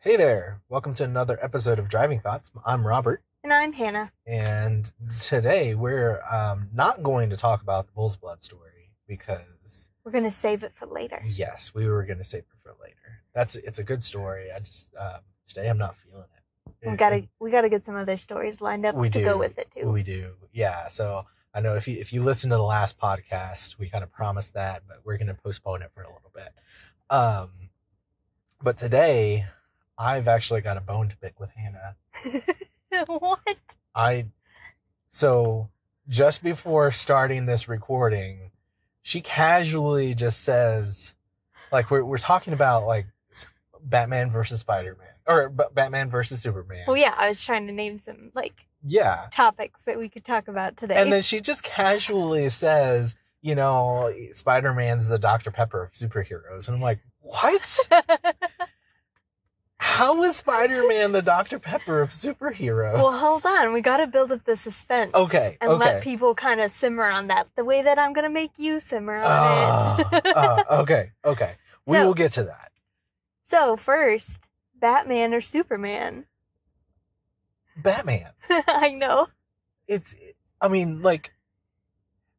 Hey there. Welcome to another episode of Driving Thoughts. I'm Robert, And I'm Hannah. and today we're um, not going to talk about the Bull's Blood story because, We're going to save it for later. yes, we were going to save it for later. That's it's a good story. I just um, today I'm not feeling it. We gotta we gotta get some other stories lined up We to do. go with it too. We do, yeah. So I know if you if you listen to the last podcast, we kind of promised that, but we're gonna postpone it for a little bit. Um, but today, I've actually got a bone to pick with Hannah. what? I so just before starting this recording, she casually just says, like we're we're talking about like s- Batman versus Spider Man or B- Batman versus Superman. Well, Oh, yeah, I was trying to name some like yeah. topics that we could talk about today. And then she just casually says, you know, Spider Man's the Dr Pepper of superheroes, and I'm like, what? How is Spider Man the Dr Pepper of superheroes? well, hold on. We gotta build up the suspense. Oh. Okay, And let okay. people kind of simmer on that the way that I'm gonna make you simmer on Ah, it. ah, okay, okay. We So- will get to that. so first, Batman or Superman? Batman. I know. It's I mean, like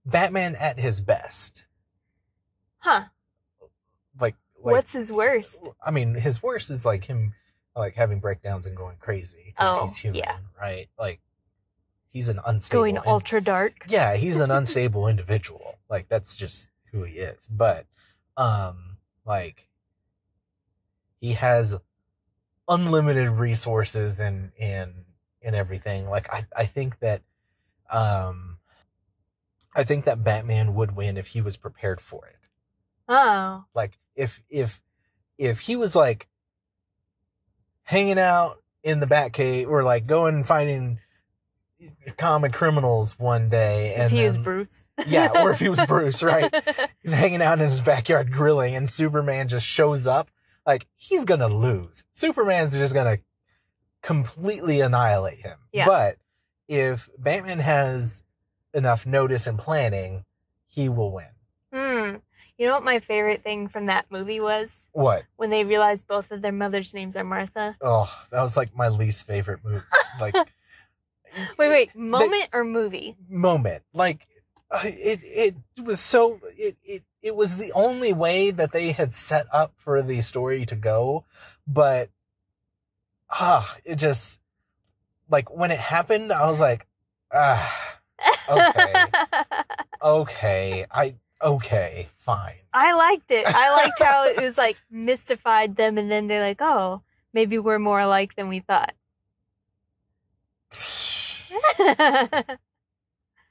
Batman at his best. Huh. Like like What's his worst? I mean, his worst is like him like having breakdowns and going crazy because Oh, he's human, yeah. right? Like he's an unstable Going in- ultra dark. yeah he's an unstable individual like that's just who he is but um like he has unlimited resources and and and everything like i i think that um i think that batman would win if he was prepared for it Oh. like if if if he was like hanging out in the Batcave or like going and finding common criminals one day and if he was then- Bruce. yeah, or if he was Bruce, right? He's hanging out in his backyard grilling and Superman just shows up, like he's gonna lose. Superman's just gonna completely annihilate him. Yeah. But if Batman has enough notice and planning, he will win. Hmm. You know what my favorite thing from that movie was? What? When they realized both of their mother's names are Martha. Oh, that was like my least favorite movie. Like, Wait, wait, moment or movie? moment. Like, uh, it it was so it it it was the only way that they had set up for the story to go, but ah, it just like when it happened, I was like, ah, Okay. okay, I okay, fine. I liked it. I liked how it was like mystified them and then they're like, oh, maybe we're more alike than we thought.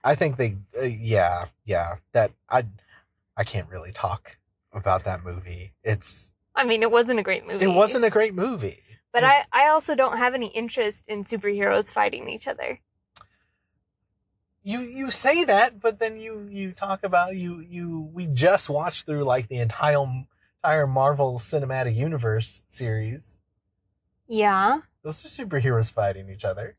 I think they, uh, yeah, yeah. That I, I can't really talk about that movie. It's I mean, it wasn't a great movie. it wasn't a great movie. But I, I also don't have any interest in superheroes fighting each other. You you say that, but then you you talk about you you we just watched through like the entire entire Marvel Cinematic Universe series. Yeah. Those are superheroes fighting each other.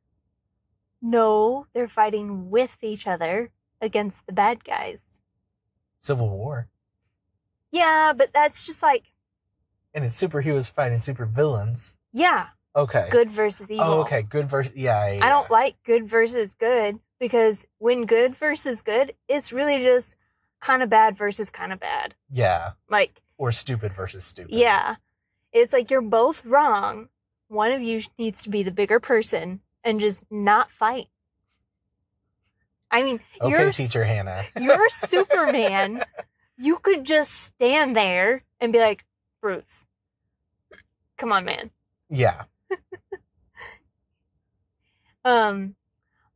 No, they're fighting with each other against the bad guys. Civil War, Yeah, but that's just like, and it's superheroes fighting supervillains. yeah, Okay. good versus evil. Eh. Oh, okay. Good versus. Yeah, yeah, I don't yeah. like good versus good because when good versus good, it's really just kind of bad versus kind of bad. Yeah. Like, Or stupid versus stupid. yeah, it's like you're both wrong. One of you needs to be the bigger person and just not fight. I mean, Okay, you're s- teacher Hannah. you're Superman. You could just stand there and be like, Bruce, come on, man. Yeah. Um,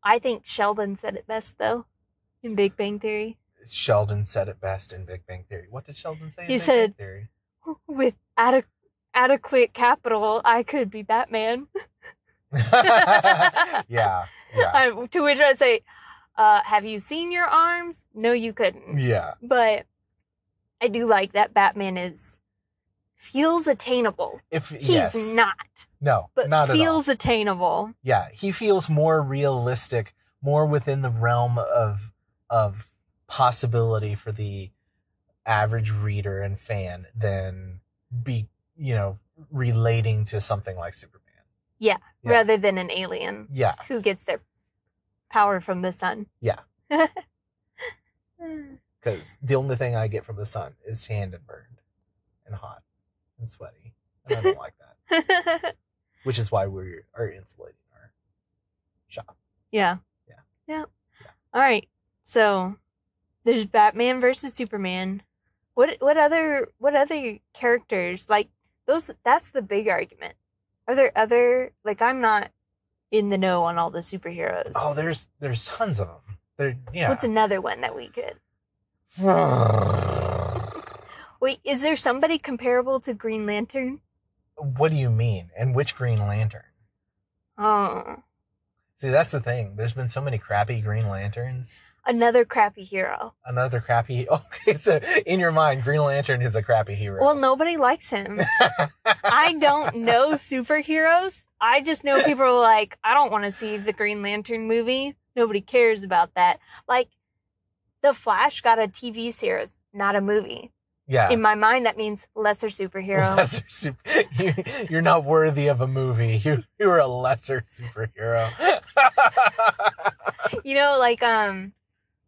I think Sheldon said it best though in Big Bang Theory. Sheldon said it best in Big Bang Theory. What did Sheldon say? In He Big Bang said- Theory? With adequ- adequate capital, I could be Batman. yeah, yeah, I, to which I say, uh, "Have you seen your arms? No, you couldn't." yeah, But I do like that Batman is feels attainable. If He's yes, not, no, but not at all. feels attainable. Yeah, he feels more realistic, more within the realm of of possibility for the average reader and fan than be you know relating to something like Superman. Yeah, Yeah. rather than an alien Yeah. who gets their power from the sun. Yeah. Mm. Because the only thing I get from the sun is tanned and burned and hot and sweaty. And I don't like that. Which is why we are insulating our shop. yeah. Yeah. Yeah. Yeah. All right. So there's Batman versus Superman. What what other what other characters like those that's the big argument. Are there other like I'm not in the know on all the superheroes. Oh, there's there's tons of them. There, yeah. What's another one that we could? Wait, is there somebody comparable to Green Lantern? what do you mean? And which Green Lantern? Oh, See, that's the thing. There's been so many crappy Green Lanterns. another crappy hero. Another crappy. Okay, so in your mind, Green Lantern is a crappy hero. Well, nobody likes him. I don't know superheroes. I just know people are like, I don't want to see the Green Lantern movie. Nobody cares about that. Like, The Flash got a TV series, not a movie. yeah. In my mind, that means lesser superhero. Lesser super, you, you're not worthy of a movie. You you're a lesser superhero. you know, like um,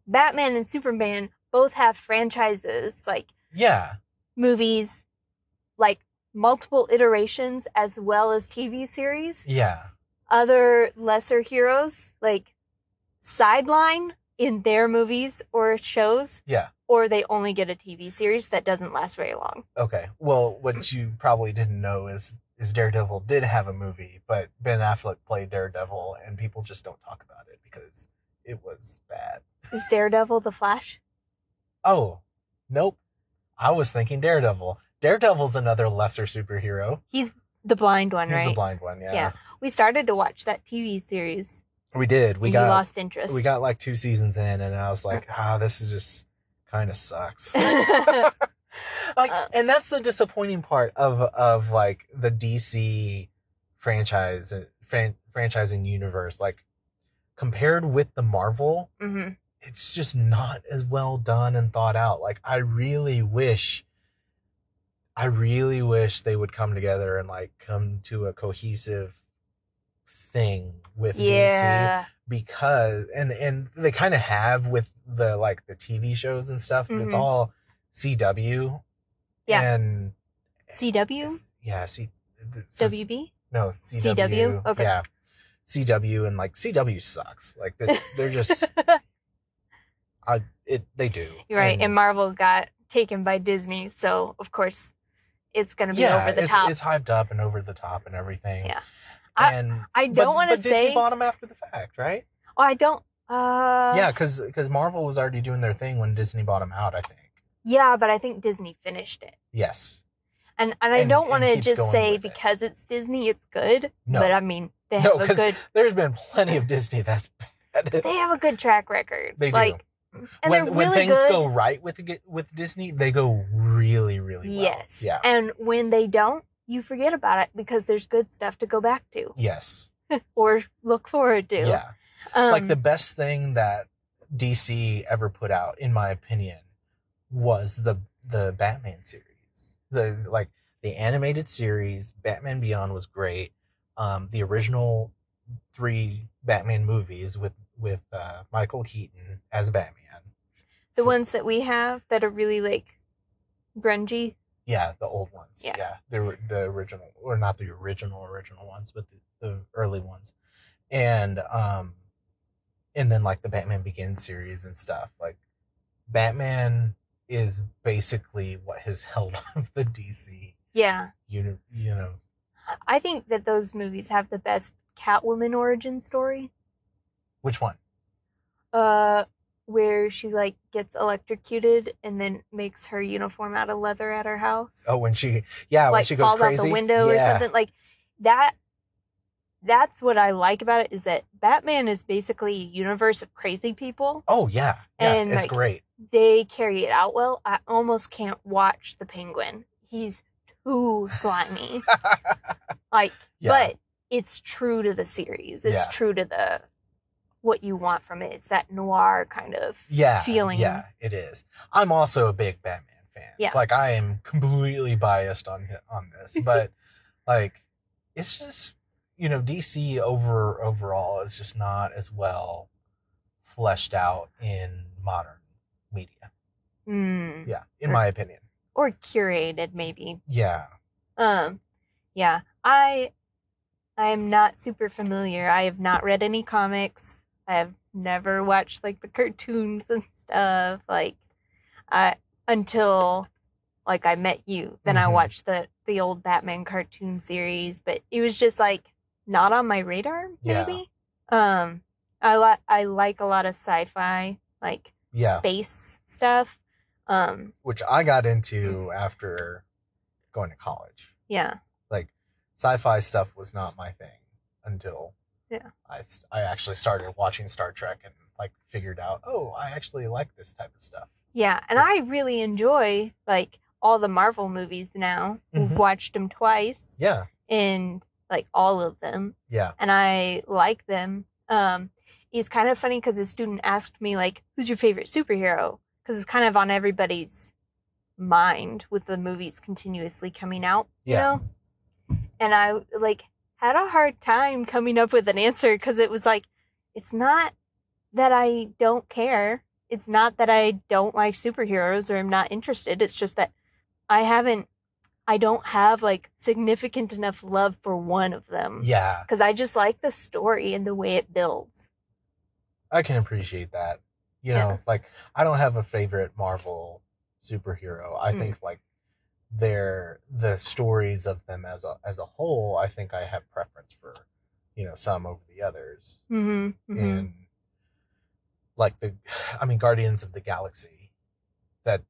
Batman and Superman both have franchises. Like, yeah, movies, like multiple iterations as well as TV series. yeah. Other lesser heroes, like sideline in their movies or shows. Yeah. Or they only get a TV series that doesn't last very long. Okay. Well, what you probably didn't know is is Daredevil did have a movie, but Ben Affleck played Daredevil, and people just don't talk about it because it was bad. Is Daredevil the Flash? Oh, nope. I was thinking Daredevil. Daredevil's another lesser superhero. The blind one, He's right? the blind one. Yeah. Yeah. We started to watch that TV series. We did. We and got you lost interest. we got like two seasons in, and I was like, ah, this is just kind of sucks. like Uh. and that's the disappointing part of of like the DC franchise uh, fran- franchising universe like compared with the Marvel hmm it's just not as well done and thought out like I really wish I really wish they would come together and like come to a cohesive thing with DC Yeah. because and and they kind of have with the like the TV shows and stuff, but it's Mhm. all CW. Yeah. And CW? yeah, C it's just- WB? no CW. CW? Okay. Yeah. CW and like CW sucks. Like they, they're just I it they do. You're right. And- And Marvel got taken by Disney, so of course it's gonna be yeah, over the it's, top. it's hyped up and over the top and everything. Yeah. I- And I but- don't want to but Disney say. bought them after the fact, right? oh, I don't. Uh, yeah, because Marvel was already doing their thing when Disney bought them out. I think. yeah, but I think Disney finished it, Yes. and and I And- don't and want to keeps just going say with it. because it's Disney, it's good. No. But I mean, they No, have a 'cause good. There's been plenty of Disney that's bad. They have a good track record. They do. like, and when they're when really things good. go right with with Disney, they go really really well. yes. Yeah. And when they don't, you forget about it because there's good stuff to go back to Yes. or look forward to. Yeah. Um, like the best thing that DC ever put out, in my opinion, was the the Batman series. The like the animated series, Batman Beyond was great. Um, the original three Batman movies with with uh, Michael Keaton as Batman. the ones that we have that are really like grungy. Yeah, the old ones. Yeah. Yeah, the or- the original, or not the original original ones, but the, the early ones, and um, and then like the Batman Begins series and stuff. Like, Batman is basically what has held up the DC Yeah. uni- You know, I think that those movies have the best Catwoman origin story, which one? uh, where she like gets electrocuted and then makes her uniform out of leather at her house. Oh, when she yeah, when like she goes falls crazy, out the window or Yeah. something like that. That's what I like about it is that Batman is basically a universe of crazy people. Oh yeah, yeah, And, it's like, great. They carry it out well. I almost can't watch the Penguin. He's too slimy. like Yeah. but it's true to the series it's Yeah. true to the what you want from it it's that noir kind of yeah feeling. yeah it is i'm also a big batman fan Yeah. like i am completely biased on hi- on this but Like it's just you know DC over overall is just not as well fleshed out in modern media. Mm. Yeah, in my opinion. Or curated, maybe. Yeah. Um, yeah. I I am not super familiar. I have not read any comics. I have never watched like the cartoons and stuff. Like, I until like I met you. Then I Mhm. watched the the old Batman cartoon series, but it was just like not on my radar. Yeah. Maybe. Um, I like I like a lot of sci-fi, like Yeah, space stuff. Um, which I got into Mm-hmm. after going to college. yeah. Sci-fi stuff was not my thing until Yeah. I s- I actually started watching Star Trek and like figured out, "Oh, I actually like this type of stuff." Yeah, and I really enjoy like all the Marvel movies now. Mhm. We've watched them twice Yeah. and like all of them, Yeah. and I like them. Um, it's kind of funny because a student asked me like, "Who's your favorite superhero?" Because it's kind of on everybody's mind with the movies continuously coming out. Yeah. You know? And I like had a hard time coming up with an answer because it was like, it's not that I don't care. It's not that I don't like superheroes or I'm not interested. It's just that I haven't, I don't have like significant enough love for one of them. Yeah. Because I just like the story and the way it builds. I can appreciate that. You know, Yeah. like I don't have a favorite Marvel superhero. Mm. I think like their the stories of them as a as a whole, I think I have preference for, you know, some over the others. Mm-hmm. And like the I mean Guardians of the Galaxy that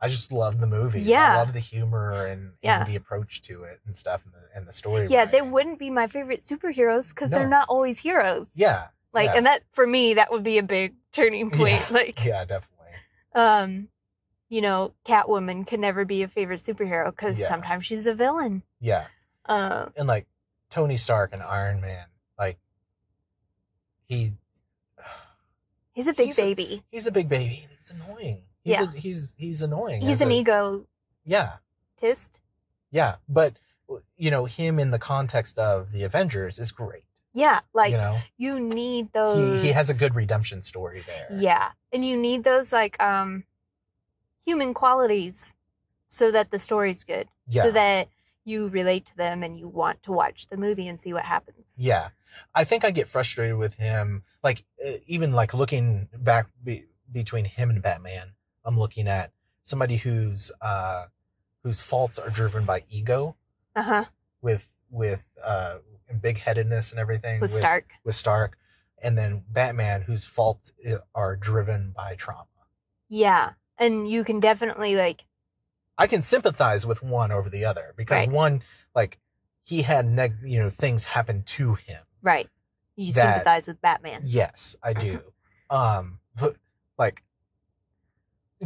I just love the movie. I Yeah. love the humor and, Yeah. and the approach to it and stuff and the, and the story. Yeah, they writing. wouldn't be my favorite superheroes because No. they're not always heroes. Yeah. Like, Yeah. and that for me, that would be a big turning point. Yeah. Like, Yeah, definitely. um, you know, Catwoman can never be a favorite superhero because Yeah. sometimes she's a villain. Yeah. Uh, and like Tony Stark and Iron Man, like he he's a big He's a- baby. he's a big baby and he's annoying. He's a, he's he's annoying. he's as an e-, a- egotist. Yeah, yeah, but you know him in the context of the Avengers is great. Yeah, like you you, know need he those. he has a good redemption story there. Yeah, and you need those like um, human qualities, so that the story's good, yeah, so that you relate to them and you want to watch the movie and see what happens. yeah. I think I get frustrated with him. Like uh, even like looking back be, between him and Batman, I'm looking at somebody who's uh whose faults are driven by ego. Uh huh. with with uh big headedness and everything With Stark. with Stark, and then Batman whose faults i- are driven by trauma. Yeah, and you can definitely like I can sympathize with one over the other because Right. one like he had neg- you know things happen to him. right. You That- sympathize with Batman. Yes, I do. Um but, like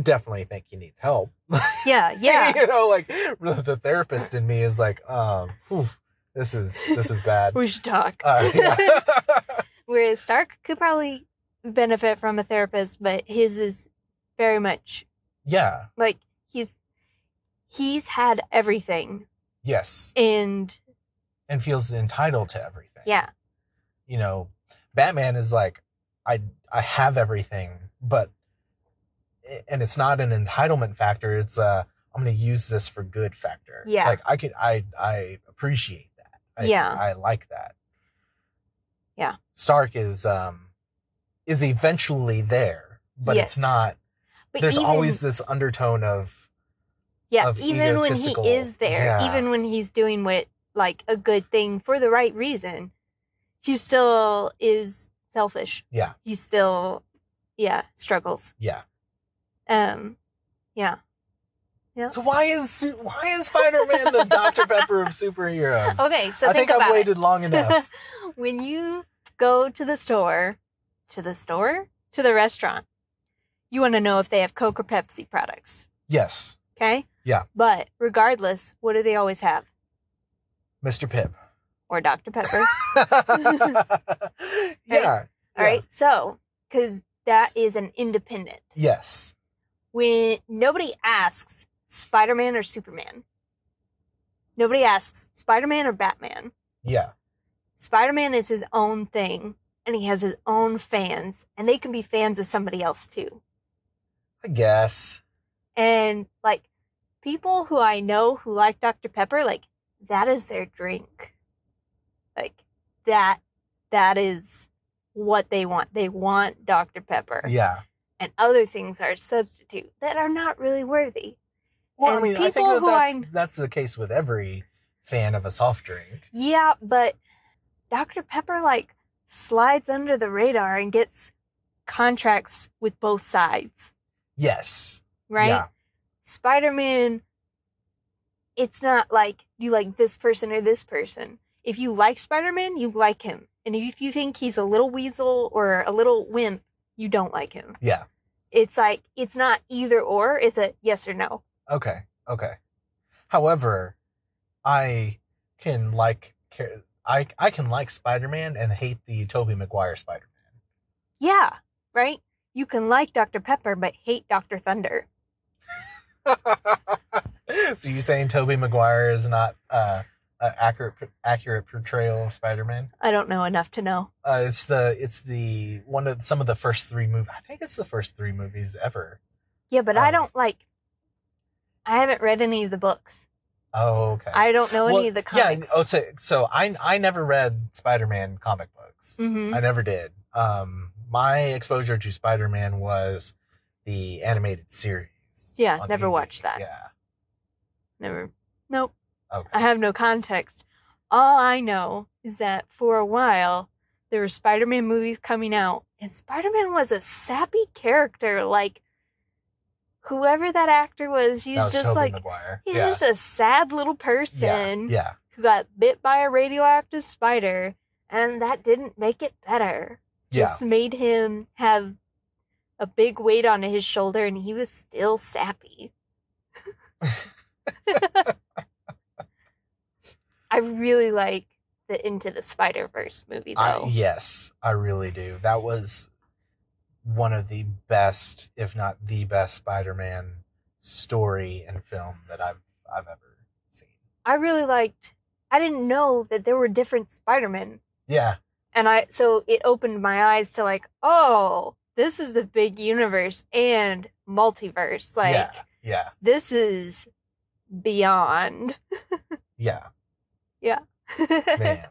definitely think he needs help. Yeah, yeah. you know like the therapist in me is like um whew, this is this is bad. we should talk. Uh, yeah. Whereas Stark could probably benefit from a therapist, but his is very much yeah. like he's he's had everything Yes. and and feels entitled to everything. yeah You know, Batman is like, I I have everything, but and it's not an entitlement factor. It's uh I'm gonna use this for good factor. Yeah. Like I could I I appreciate that. I, Yeah. I like that. Yeah. Stark is um is eventually there, but it's Yes. not but there's even, always this undertone of yeah of even when he egotistical- is there yeah. even when he's doing what like a good thing for the right reason he still is selfish Yeah. he still yeah struggles yeah. um yeah Yep. So why is Su- why is Spider-Man the Dr. Pepper of superheroes? okay so I think, about I've it. waited long enough. when you go to the store, to the store, to the restaurant, you want to know if they have Coke or Pepsi products. yes, Okay? Yeah. But regardless, what do they always have? Mr. Pip. Or Dr. Pepper. yeah. All right. So, because that is an independent. Yes. When nobody asks Spider Man or Superman, Nobody asks Spider Man or Batman. Yeah. Spider Man is his own thing, and he has his own fans, and they can be fans of somebody else too. I guess. And like people who I know who like Dr. Pepper, like that is their drink. Like that, that is what they want. They want Dr. Pepper. Yeah. And other things are a substitute that are not really worthy. Well, I And mean, I think people that who that's, I- that's the case with every fan of a soft drink. Yeah, but Dr. Pepper like slides under the radar and gets contracts with both sides, Yes. right? Yeah. Spider Man, it's not like you like this person or this person. If you like Spider Man, you like him. And if you think he's a little weasel or a little wimp, you don't like him. Yeah. It's like, it's not either or, it's a yes or no. Okay. Okay. However, I can like char- I I can like Spider-Man and hate the Tobey Maguire Spider-Man. Yeah, right? You can like Dr. Pepper, but hate Dr. Thunder. so you saying Tobey Maguire is not uh, an accurate accurate portrayal of Spider-Man? I don't know enough to know. Uh, it's the it's the one of some of the first three movies. I think it's the first three movies ever. Yeah, but I Um, don't like. I haven't read any of the books. Oh, okay. I don't know Well, any of the Yeah. comics. Oh, so, so I I never read Spider-Man comic books. Mhm. I never did. Um, my exposure to Spider-Man was the animated series. Yeah, on never watched that. Yeah. Never. Nope. Okay. I have no context. All I know is that for a while there were Spider-Man movies coming out, and Spider-Man was a sappy character. Like whoever that actor was, he that was was just Tobey like Maguire. he was yeah. just a sad little person yeah. Yeah. who got bit by a radioactive spider, and that didn't make it better. Yeah. just made him have a big weight on his shoulder and he was still sappy. I really like the Into the Spider Verse movie though. I, yes, I really do. That was one of the best, if not the best, Spider-Man story and film that I've I've ever seen. I really liked I didn't know that there were different Spider Men. Yeah, And I so it opened my eyes to like, oh, this is a big universe and multiverse. Like yeah, yeah, this is beyond. yeah, man.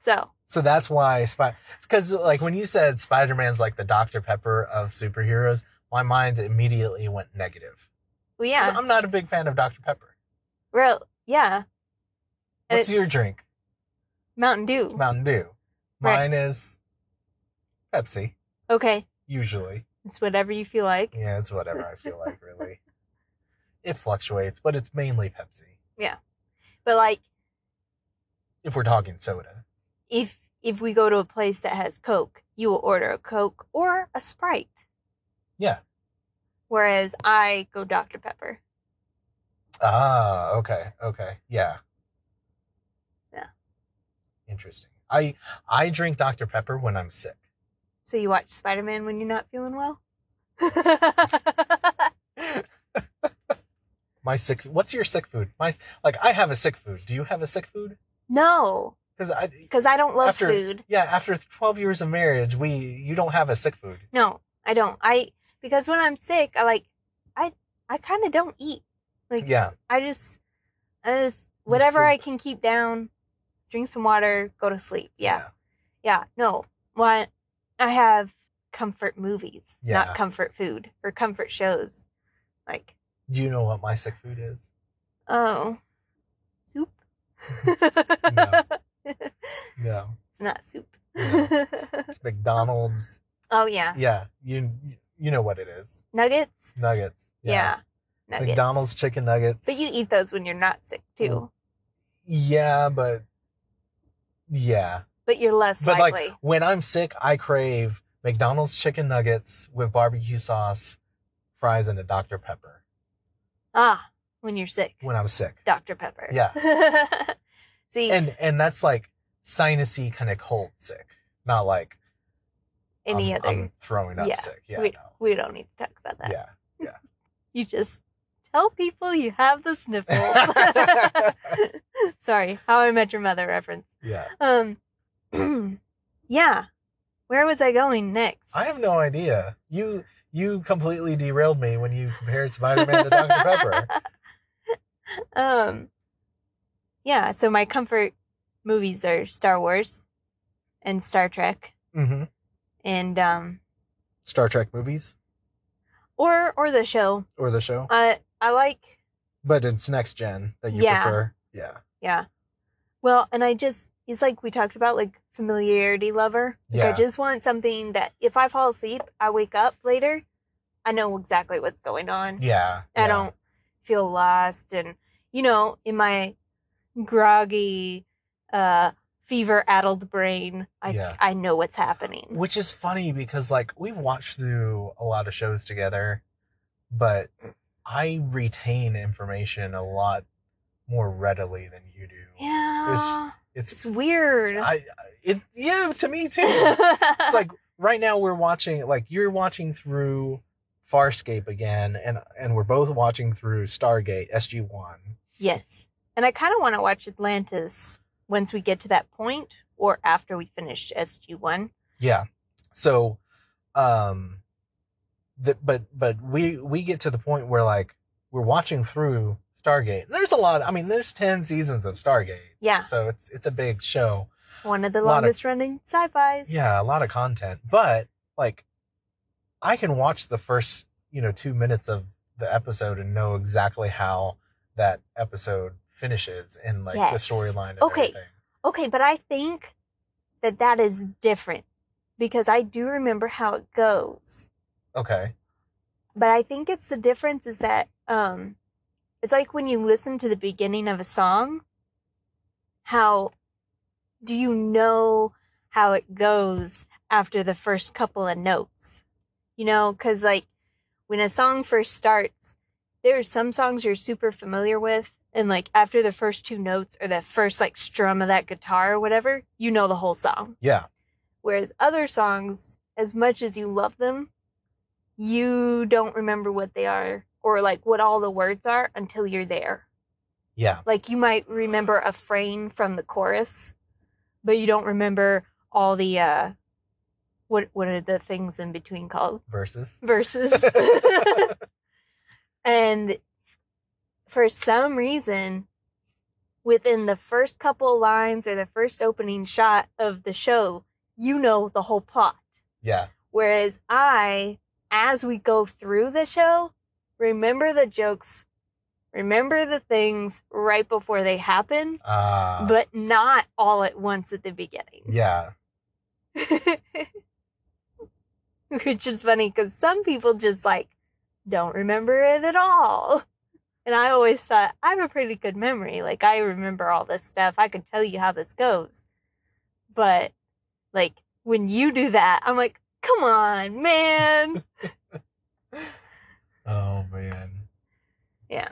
so so that's why Spider, because like when you said Spider-Man's like the Dr. Pepper of superheroes, my mind immediately went negative. well 'Cause yeah. I'm not a big fan of Dr. Pepper. Well, yeah. And What's it's your drink? Mountain Dew? Mountain Dew. Right. Mine is Pepsi. okay, Usually. it's whatever you feel like. Yeah, it's whatever I feel like, really. It fluctuates, but it's mainly Pepsi. But like, If we're talking soda. if if we go to a place that has Coke, you will order a Coke or a Sprite. Yeah. Whereas I go Dr Pepper. Ah, okay, okay, yeah. Yeah. Interesting. I I drink Dr Pepper when I'm sick. So you watch Spider Man when you're not feeling well. My sick. What's your sick food? My like I have a sick food. Do you have a sick food? no, Because I because I don't love After- food. yeah after twelve years of marriage we you don't have a sick food. No, I don't. I because when I'm sick, I like, I I kind of don't eat. Like, Yeah. I just, I just whatever I sleep. can keep down, drink some water, go to sleep. Yeah, yeah. No, what I have comfort movies, Yeah. not comfort food or comfort shows. Like, Do you know what my sick food is? oh, soup. No. No. It's not soup. No. It's McDonald's. oh yeah, Yeah. You you know what it is. nuggets. Nuggets. Yeah, nuggets. McDonald's Mm. chicken nuggets. But you eat those when you're not sick too. Yeah, but yeah. But you're less But likely. like when I'm sick, I crave McDonald's chicken nuggets with barbecue sauce, fries, and a Dr. Pepper ah, when you're sick. when I'm sick. Dr. Pepper. Yeah. See, And and that's like sinusy kind of cold sick. Not like any I'm, other. I'm throwing up Yeah. sick. Yeah. Wait. no. we don't need to talk about that. Yeah. You just tell people you have the sniffles. Sorry, How I Met Your Mother reference. yeah. Um, yeah. Where was I going next? I have no idea. You you completely derailed me when you compared Spider Man to Dr. Pepper. um, yeah. So my comfort movies are Star Wars and Star Trek, Mm-hmm. and um, Star Trek movies or or the show. or the show. Uh, I like But it's next gen that you Yeah. prefer. Yeah. Yeah. Well, and I just it's like we talked about like familiarity lover. Like I Yeah. just want something that if I fall asleep, I wake up later, I know exactly what's going on. Yeah. I yeah. don't feel lost and you know, in my groggy uh fever addled brain, I Yeah. I know what's happening. Which is funny because like we watch through a lot of shows together, but I retain information a lot more readily than you do. Yeah. It's, It's weird. I it yeah, to me too. it's like right now we're watching like you're watching through Farscape again and and we're both watching through Stargate SG1. Yes. And I kind of want to watch Atlantis once we get to that point or after we finish SG1. Yeah. So um the, but but we we get to the point where like we're watching through Stargate. And there's a lot I mean there's 10 seasons of Stargate. Yeah. So it's it's a big show. One of the Lot of- longest running sci fis. Yeah, a lot of content. But like I can watch the first, you know, 2 minutes of the episode and know exactly how that episode finishes and like Yes. the storyline and Okay. everything. Okay, but I think that that is different because I do remember how it goes. Okay. But I think it's the difference is that um, it's like when you listen to the beginning of a song, how do you know how it goes after the first couple of notes? You know, because like when a song first starts, there are some songs you're super familiar with, and like after the first two notes or the first like strum of that guitar or whatever, you know the whole song. Yeah. Whereas other songs, as much as you love them, you don't remember what they are or like what all the words are until you're there. Yeah. Like you might remember a frame from the chorus, but you don't remember all the uh what what are the things in between called? Versus. Verses. and for some reason within the first couple lines or the first opening shot of the show, you know the whole plot. Yeah. Whereas I, as we go through the show, remember the jokes, remember the things right before they happen, Uh but not all at once at the beginning. yeah. Which is funny because some people just like don't remember it at all. And I always thought I have a pretty good memory. Like I remember all this stuff. I can tell you how this goes. But like when you do that, I'm like, come on, man. Oh man. Yeah.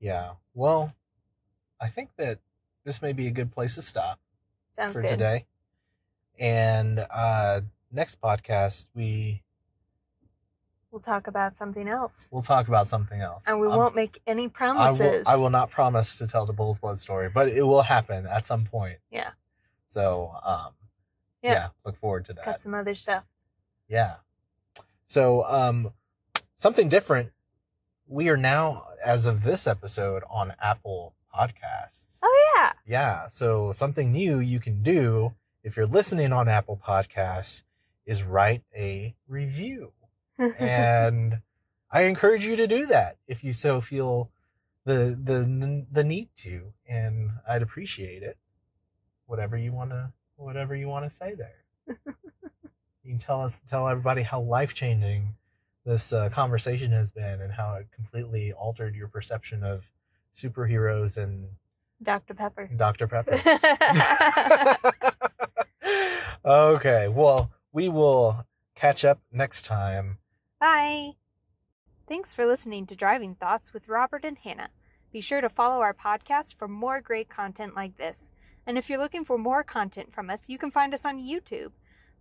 Yeah. Well, I think that this may be a good place to stop Sounds for good. today. And uh next podcast we We'll talk about something else. will talk about something else. And we I'm- won't make any I will, promises. I will not promise to tell the Bull's Blood story, but it will happen at some point. Yeah. So, um, Yeah. yeah, look forward to that. Got some other stuff. Yeah. So, um, something different. We are now, as of this episode, on Apple Podcasts. Oh yeah. Yeah. So something new you can do if you're listening on Apple Podcasts is write a review. and I encourage you to do that if you so feel the the the need to and I'd appreciate it. Whatever you want to whatever you want to say there. you can tell us tell everybody how life-changing this uh, conversation has been and how it completely altered your perception of superheroes and Dr. Pepper. Dr. Pepper. okay, well, we will catch up next time. Bye. Thanks for listening to Driving Thoughts with Robert and Hannah. Be sure to follow our podcast for more great content like this. And if you're looking for more content from us, you can find us on YouTube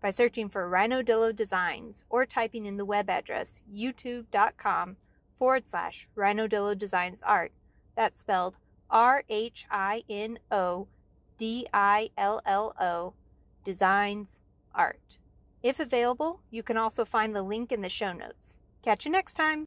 by searching for Rhino Dillo Designs or typing in the web address youtube.com forward slash Rhinodillo Designs Art. That's spelled R H I N O D I L L O Designs Art. If available, you can also find the link in the show notes. Catch you next time!